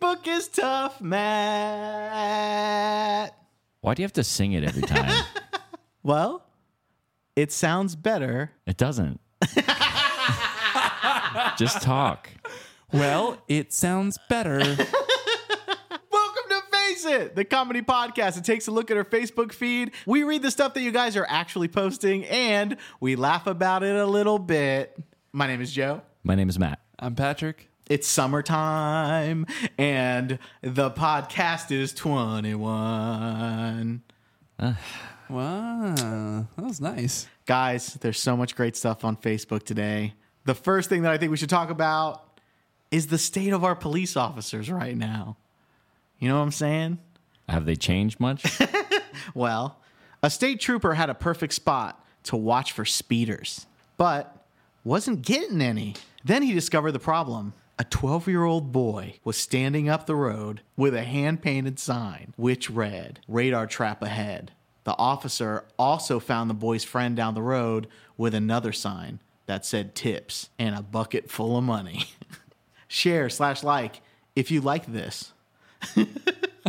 book is tough, Matt. Why do you have to sing it every time? Well, it sounds better. it doesn't. Just talk. Well, it sounds better. Welcome to Face It, the comedy podcast that takes a look at our Facebook feed. We read the stuff that you guys are actually posting and we laugh about it a little bit. My name is Joe. My name is Matt. I'm Patrick. It's summertime and the podcast is 21. Wow, that was nice. Guys, there's so much great stuff on Facebook today. The first thing that I think we should talk about is the state of our police officers right now. You know what I'm saying? Have they changed much? Well, a state trooper had a perfect spot to watch for speeders, but wasn't getting any. Then he discovered the problem. A 12 year old boy was standing up the road with a hand painted sign, which read, Radar trap ahead. The officer also found the boy's friend down the road with another sign that said tips and a bucket full of money. Share slash like if you like this.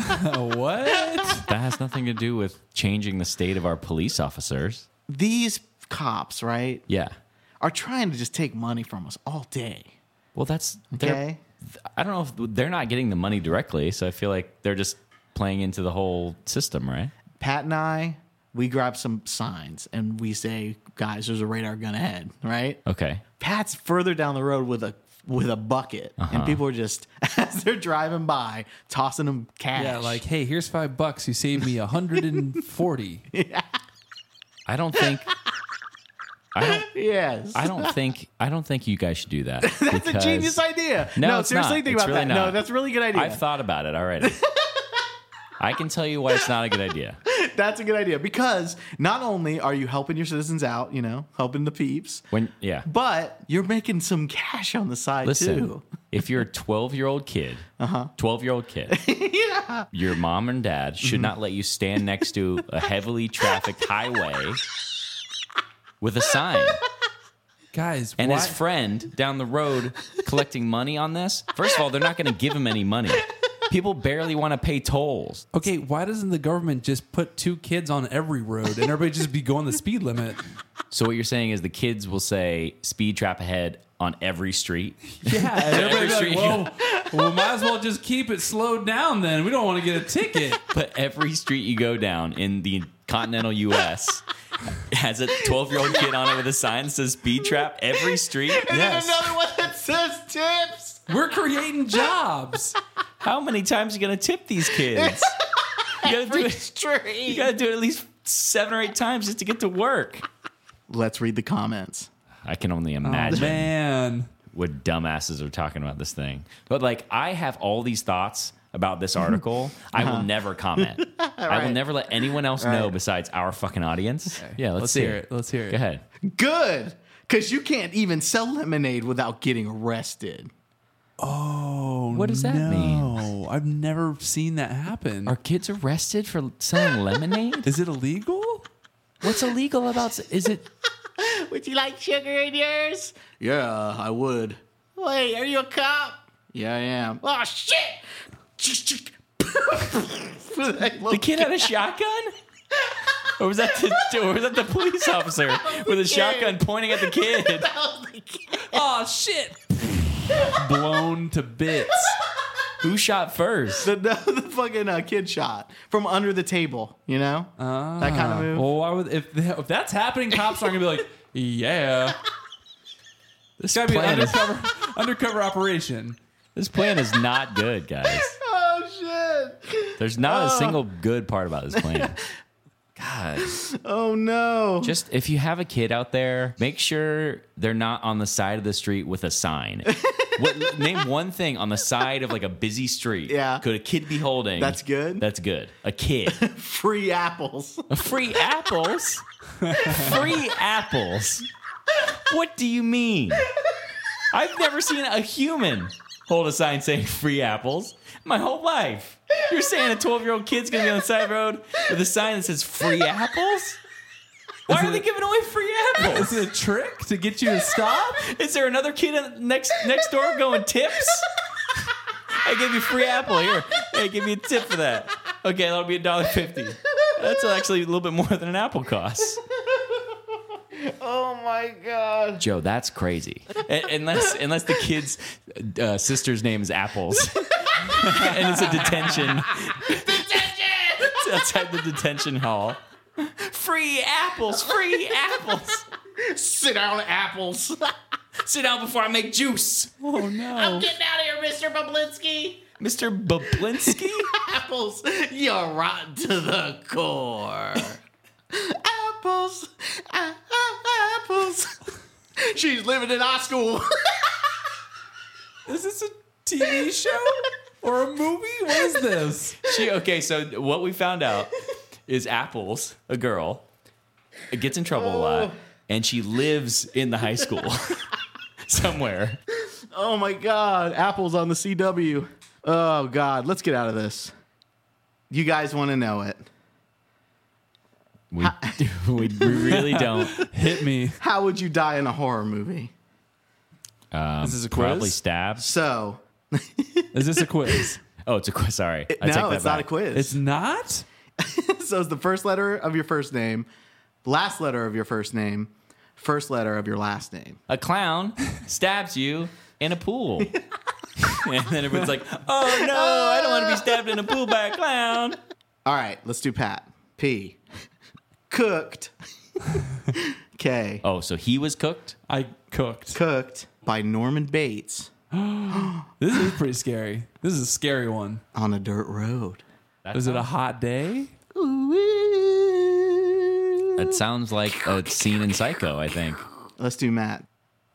what? that has nothing to do with changing the state of our police officers. These cops, right, Yeah. are trying to just take money from us all day. Well, that's they're- Okay. I don't know if they're not getting the money directly, so I feel like they're just playing into the whole system, right? Pat and I, we grab some signs and we say, guys, there's a radar gun ahead, right? Okay. Pat's further down the road with a with a bucket, Uh-huh. and people are just as they're driving by tossing them cash. Yeah, like, hey, here's five bucks. You saved me 140. I don't think I don't yes, I don't think I don't think you guys should do that. that's a genius idea. No, No, it's seriously, not. think It's about really that. No, not. that's a really good idea. I've thought about it already. I can tell you why it's not a good idea. that's a good idea because not only are you helping your citizens out, you know, helping the peeps, When yeah. but you're making some cash on the side Listen, too. if you're a 12 year old kid, 12 year old kid, your mom and dad should not let you stand next to a heavily trafficked highway with a sign Guys, and why, his friend down the road collecting money on this. First of all, they're not going to give him any money. People barely want to pay tolls. okay, why doesn't the government just put two kids on every road and everybody just be going the speed limit? So what you're saying is the kids will say speed trap ahead on every street. Yeah, and everybody's Every like, whoa, well, might as well just keep it slowed down then. We don't want to get a ticket. But every street you go down in the continental U.S. has a 12 year old kid on it with a sign that says speed trap. Every street. And Yes. then another one that says tips. We're creating jobs. How many times you gonna tip these kids? You gotta do it. You gotta do it at least seven or eight times just to get to work. Let's read the comments. I can only imagine Oh, Man. what dumbasses are talking about this thing. But like, I have all these thoughts about Uh-huh. this article. I will never comment. I will Right. never let anyone else know besides our fucking audience. Yeah, let's, Let's see hear it. Let's hear Go it. ahead. Good, because you can't even sell lemonade without getting arrested. Oh, What does that mean? no. I've never seen that happen. Are kids arrested for selling lemonade? Is it illegal? What's illegal about? Is it? Would you like sugar in yours? Yeah, I would. Wait, are you a cop? Yeah, I am. Oh shit! The kid had a shotgun? Or was that the or was that the police officer with a shotgun pointing at the kid? Oh shit! Blown to bits. Who shot first? the, the, the fucking uh, kid shot from under the table. You know that kind of Ah. move. Well, why would if if that's happening, cops aren't gonna be like, yeah. This gotta be an plan is- undercover undercover operation. This plan is not good, guys. oh shit! There's not a single good part about this plan. God. Oh no! Just if you have a kid out there, make sure they're not on the side of the street with a sign. What, name one thing on the side of like a busy street. Yeah. Could a kid be holding? That's good. That's good. A kid. Free apples. Free apples? Free apples? What do you mean? I've never seen a human hold a sign saying free apples my whole life. You're saying a 12 year old kid's gonna be on the side of the road with a sign that says free apples? Why are they giving away free Is apples? it a trick to get you to stop? Is there another kid in- next next door going tips? I gave you a free apple here. Hey, give me a tip for that. Okay, that'll be a dollar fifty. That's actually a little bit more than an apple costs. Oh my god. Joe, that's crazy. A- unless unless the kid's uh, sister's name is Apples, and it's a detention. It's outside the detention hall. Free apples, free apples. Sit down, apples. Sit down before I make juice. Oh no, Get out of here, Mr. Bablinski. Mr. Bablinski. Apples, you're rotten to the core. apples, a- a- apples. She's living in our school. Is this a TV show or a movie? What is this? She okay. So what we found out is Apples, a girl, gets in trouble Oh. a lot, and she lives in the high school somewhere. oh my god, apples on the CW. Oh god, let's get out of this. You guys want to know it. We, we really don't. Hit me. How would you die in a horror movie? Um, This is a probably quiz? stabs. So, Is this a quiz? Oh, it's a quiz. Sorry, I take no, that it's not a back. quiz. It's not? so it's the first letter of your first name, last letter of your first name, first letter of your last name. A clown stabs you in a pool, and then everyone's like, "Oh no, I don't want to be stabbed in a pool by a clown." All right, let's do Pat. P. Cooked. K. Oh, so he was cooked. I cooked. Cooked by Norman Bates This is pretty scary. This is a scary one. on a dirt road. Is it a hot day? That sounds like a scene in Psycho. I think. Let's do Matt.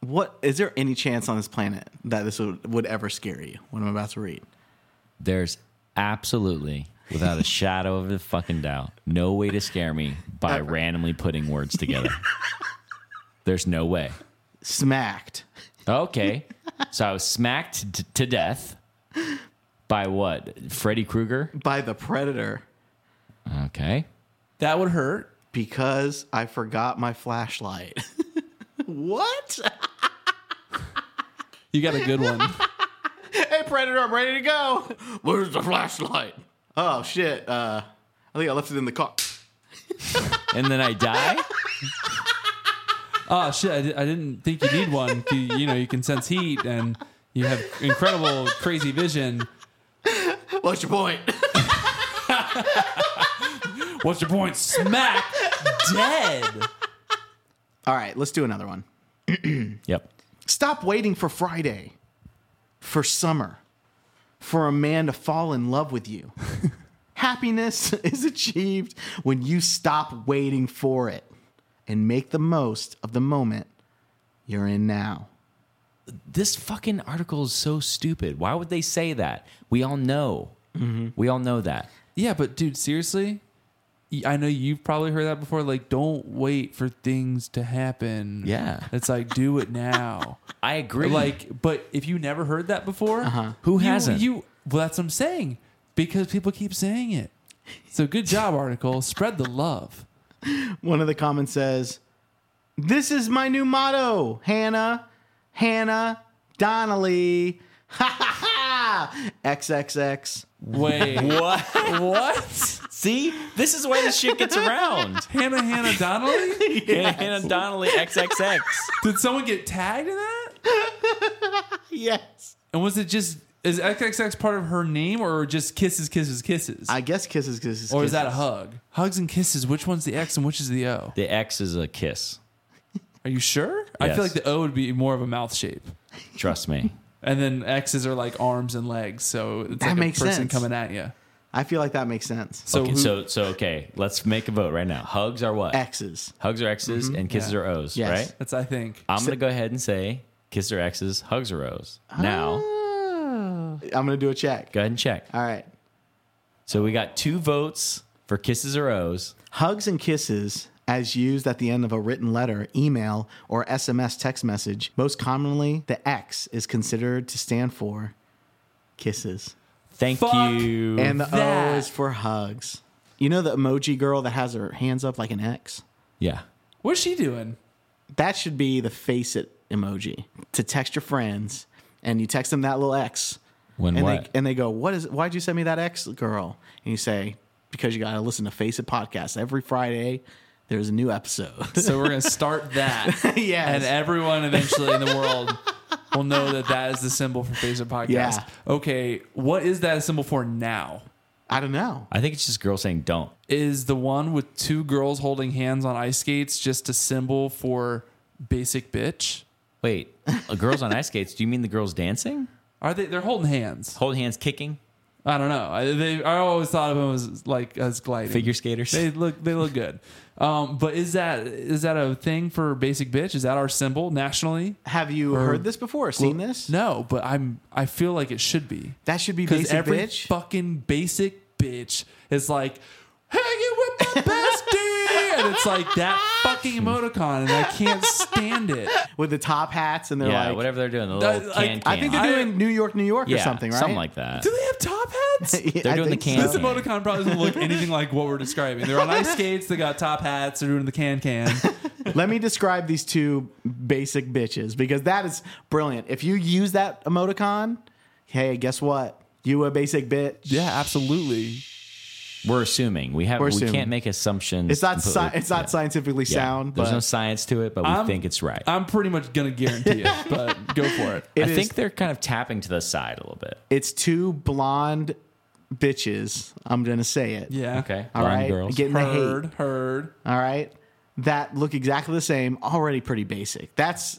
What is there any chance on this planet that this would, would ever scare you? What I'm about to read. There's absolutely, without a shadow of a fucking doubt, no way to scare me by randomly putting words together. There's no way. Smacked. Okay. So I was smacked t- to death by what? Freddy Krueger? by the predator Okay. That would hurt. because I forgot my flashlight. what? You got a good one. Hey, predator, I'm ready to go. Where's the flashlight? Oh shit. Uh, I think I left it in the car. And then I die? Oh shit! I, di- I didn't think you need one. You, you know, you can sense heat, and you have incredible, crazy vision. What's your point? What's your point? Smack dead. All right, let's do another one. Yep. Stop waiting for Friday, for summer, for a man to fall in love with you. Happiness is achieved when you stop waiting for it and make the most of the moment you're in now. This fucking article is so stupid. Why would they say that? We all know. We all know that. Yeah, but dude, seriously, y- I know you've probably heard that before. Like, don't wait for things to happen. Yeah. it's like do it now. I agree. like, but if you never heard that before, Uh-huh. Who you- hasn't? You well, that's what I'm saying because people keep saying it. So good job, article. Spread the love. One of the comments says, This is my new motto, Hannah, Hannah, Donnelly. Ha ha ha! XXX. Wait, what? what? See? This is why this shit gets around. Hannah Hannah Donnelly? Hannah Donnelly XXX. Did someone get tagged in that? Yes. And was it just is XXX part of her name or just kisses, kisses, kisses? I guess kisses, kisses. or is that a hug? hug? Hugs and kisses. Which one's the X and which is the O? The X is a kiss. Are you sure? I Yes. feel like the O would be more of a mouth shape, Trust me. and then X's are like arms and legs, so it's That like makes a person sense. coming at you. I feel like that makes sense. So okay, who- so so okay, let's make a vote right now. Hugs are what? X's. Hugs are X's and kisses Yeah. are O's, Yes. right? that's I think. I'm gonna go ahead and say kisses are X's, hugs are O's. Now Ah. Oh. I'm going to do a check. go ahead and check. All right. So we got two votes for kisses or O's. Hugs and kisses, as used at the end of a written letter, email, or SMS text message, most commonly the X is considered to stand for kisses. Thank Fuck. you. And the That- O is for hugs. You know the emoji girl that has her hands up like an X? yeah. What's she doing? That should be the face it emoji to text your friends and you text them that little X When and what? they and they go, "What is? Why'd you send me that ex girl?" And you say, "Because you got to listen to Face It podcast every Friday. There's a new episode." So we're gonna start that. Yes. And everyone eventually in the world will know that that is the symbol for Facebook Podcast. Yeah. Okay, what is that symbol for now? I don't know. I think it's just girls saying don't. Is the one with two girls holding hands on ice skates just a symbol for basic bitch? Wait, uh, girls on ice skates? Do you mean the girls dancing, Are they? They're holding hands. hold hands, kicking, I don't know. I, they, I always thought of them as like as gliding. figure skaters? They look. They look good. Um, but is that is that a thing for basic bitch? Is that our symbol nationally? Have you heard this before? Seen this? No, but I'm. I feel like it should be. That should be Because basic every bitch. fucking basic bitch is like, hanging with my bestie. and it's like that fucking emoticon, and I can't stand it. with the top hats and they're yeah, like, whatever they're doing, the That- little like, can can. I think they're I- doing New York, New York yeah, or something, right? Something like that. Do they have top hats? Yeah, They're I doing the think can This can. emoticon probably doesn't look anything like what we're describing. They're on ice skates, they got top hats, they're doing the can can. Let me describe these two basic bitches because that is brilliant. If you use that emoticon, hey, guess what? You a basic bitch. Yeah, absolutely. We're assuming we have. We're we assuming. can't make assumptions. It's not sci- completely- it's not yeah. scientifically Yeah. sound, There's but no science to it, but we I'm- think it's right. I'm pretty much gonna guarantee it, but go for it. it I is- think they're kind of tapping to the side a little bit. it's two blonde bitches. I'm gonna say it. Yeah. Okay, All blonde right. girls. Getting the hate. Heard, heard. All right. That look exactly the same. Already pretty basic. That's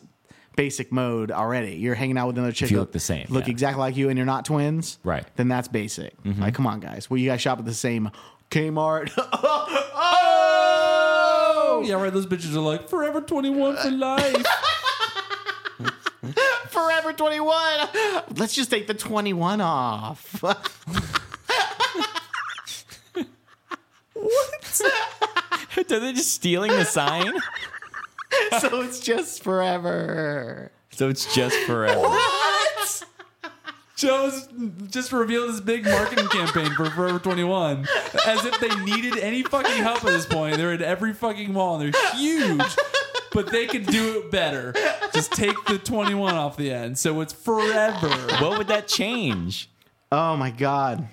basic mode already. You're hanging out with another chick. you who look the same, Look yeah. exactly like you, and you're not twins. Right. Mm-hmm. Then that's basic. Like, come on, guys. Well, you guys shop at the same Kmart. Oh yeah, right. Those bitches are like forever twenty one for life. Forever 21. Let's just take the 21 off. Are they just stealing the sign? so it's just forever. so it's just forever. Joe's just revealed his big marketing campaign for Forever 21 as if they needed any fucking help at this point. They're at every fucking mall and they're huge, but they could do it better. Just take the 21 off the end. So it's forever. what would that change? Oh my god.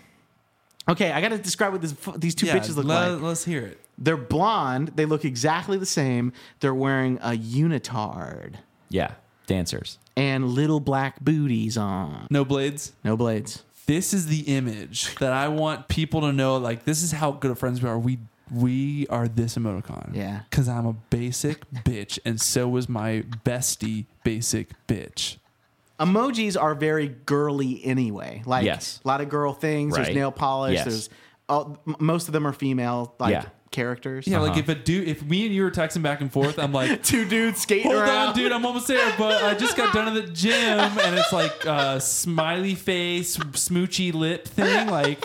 Okay, I gotta describe what this, these two bitches look like. Let's hear it. They're blonde. They look exactly the same. They're wearing a unitard Yeah, dancers. and little black booties on. No blades. No blades. This is the image that I want people to know. Like, this is how good of friends we are. We we are this emoticon. Yeah. Cause I'm a basic bitch, and so was my bestie basic bitch. Emojis are very girly anyway. Like Yes. a lot of girl things. Right. There's nail polish. Yes. There's oh, m- most of them are female like Yeah. characters. Yeah, like if a dude, if me and you were texting back and forth, I'm like, Two dudes skating hold around. on, dude, I'm almost there, but I just got done at the gym, and it's like uh, smiley face, smoochy lip thing, like.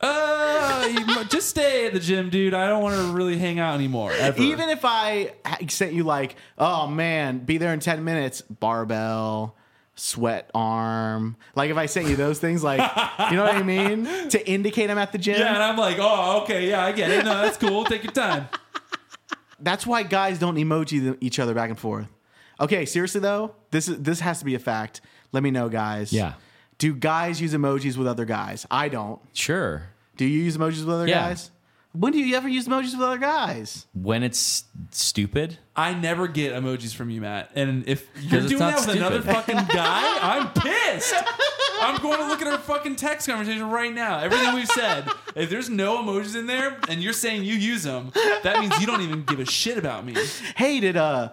Uh, you mu- just stay at the gym, dude. I don't want to really hang out anymore. Ever. Even if I ha- sent you like, oh man, be there in ten minutes, barbell, sweat arm. Like if I sent you those things, like you know what I mean, to indicate I'm at the gym. yeah, and I'm like, oh, okay, yeah, I get it. No, that's cool. Take your time. That's why guys don't emoji them, each other back and forth. Okay, seriously though, this is this has to be a fact. Let me know, guys. Yeah. Do guys use emojis with other guys? I don't. Sure. Do you use emojis with other Yeah. guys? When do you ever use emojis with other guys? When it's stupid, I never get emojis from you, Matt. And if you're it's doing not that with another stupid. fucking guy, I'm pissed. I'm going to look at our fucking text conversation right now. Everything we've said. If there's no emojis in there and you're saying you use them, that means you don't even give a shit about me. Hey, did uh,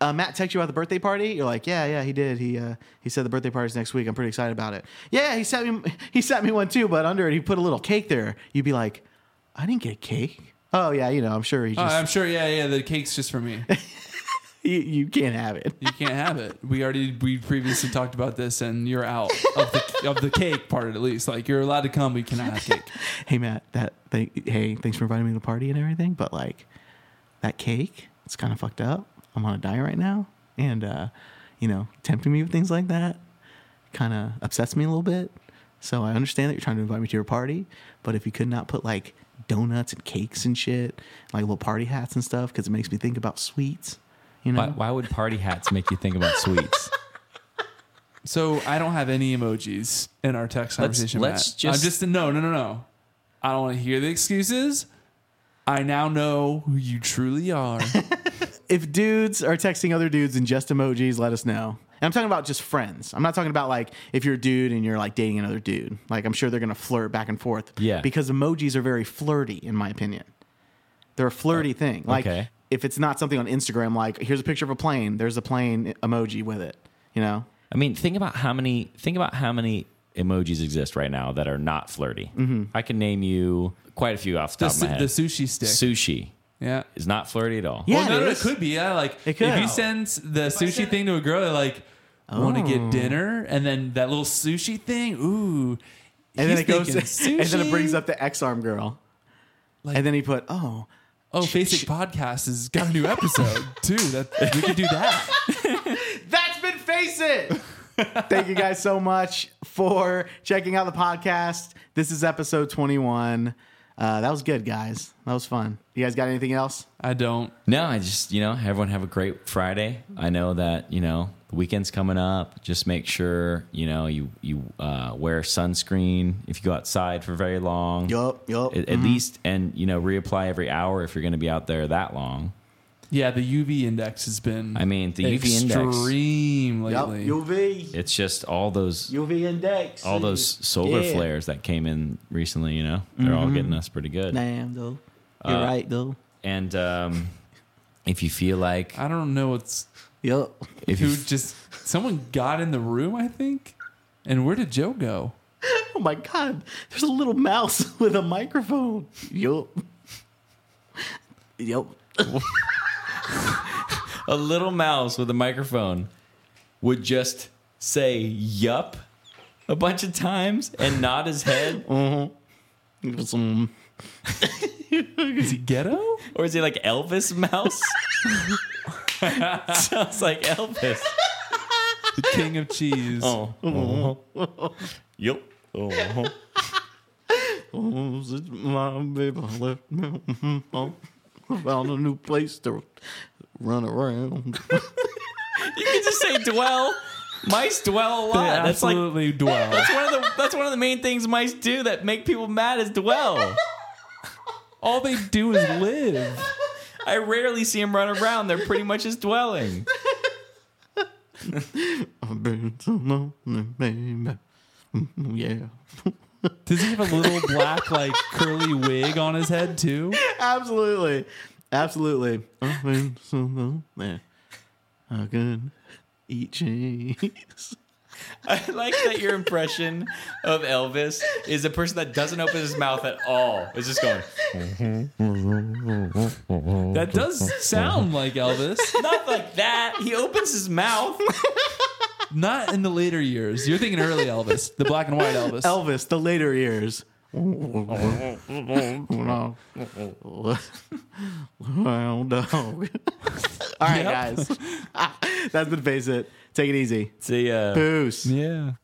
uh Matt text you about the birthday party? You're like, yeah, yeah, he did. He uh, he said the birthday party's next week. I'm pretty excited about it. Yeah, he sent me he sent me one too, but under it he put a little cake there. You'd be like, I didn't get a cake. Oh yeah, you know, I'm sure he Uh, just I'm sure, yeah, yeah, the cake's just for me. you, you can't have it. You can't have it. We already we previously talked about this, and you're out of the of the cake part at least. Like you're allowed to come, but you cannot have cake. hey Matt, that thing, hey, thanks for inviting me to the party and everything, but like that cake, it's kind of fucked up. I'm on a diet right now, and uh, you know, tempting me with things like that kind of upsets me a little bit. So I understand that you're trying to invite me to your party, but if you could not put like donuts and cakes and shit, like little party hats and stuff, because it makes me think about sweets. You know, why, why would party hats make you think about sweets? So I don't have any emojis in our text conversation. let's Matt. just- I'm just no, no, no, no. I don't want to hear the excuses. I now know who you truly are. If dudes are texting other dudes in just emojis, let us know. And I'm talking about just friends. I'm not talking about like if you're a dude and you're like dating another dude. Like I'm sure they're gonna flirt back and forth. Yeah. Because emojis are very flirty, in my opinion. They're a flirty thing. Like okay. if it's not something on Instagram, like here's a picture of a plane, there's a plane emoji with it. You know? I mean, think about how many think about how many emojis exist right now that are not flirty. I can name you quite a few off the the, top su- of my head. the sushi stick. Sushi yeah. is not flirty at all. Yeah, well, no, it no, it is. could be. Yeah, like It could. if you send the sushi thing to a girl, they're like, I want to Oh. get dinner, and then that little sushi thing. Ooh. And then he's it goes thinking and then it sushi? brings up the X arm girl. Like- and then he put, Oh, Oh, Basic Podcast has got a new episode too. That we could do that. That's been Face It. Thank you guys so much for checking out the podcast. This is episode 21. Uh, that was good, guys. That was fun. You guys got anything else? I don't. No, I just you know everyone have a great Friday. I know that you know the weekend's coming up. Just make sure you know you you uh, wear sunscreen if you go outside for very long. Yup, yup. At, at least, and you know, reapply every hour if you're going to be out there that long. Yeah, the UV index has been. I mean, the UV index. extreme Yup, lately. UV. It's just all those UV index. all those solar Yeah. flares that came in recently, you know, they're all getting us pretty good. Damn, though. You're Uh, right, though. And um, if you feel like I don't know what's Yup. if you who just someone got in the room. I think. And where did Joe go? Oh my God. There's a little mouse with a microphone. Yup. Yup. a little mouse with a microphone would just say yup a bunch of times and nod his head, Mm-hmm. Some Is he ghetto? or is he like Elvis Mouse? Sounds like Elvis. The king of cheese. Oh, yup. Oh. Oh, since my baby left me, I found a new place to run around. You can just say dwell. Mice dwell a They lot. That's like absolutely dwell. That's one of the that's one of the main things mice do that make people mad is dwell. All they do is live. I rarely see them run around. They're pretty much just dwelling. I've been so lonely, baby. Mm, Yeah. Does he have a little black like curly wig on his head too? Absolutely. Absolutely. I've been so lonely. I could eat cheese. I like that your impression of Elvis is a person that doesn't open his mouth at all. It's just going Oh, That does sound like Elvis. not like that. He opens his mouth. Not in the later years. You're thinking early Elvis, the black and white Elvis. Elvis, the later years. Wild dog. All right, guys. That's been Face It. Take it easy. See, uh, Peace. yeah.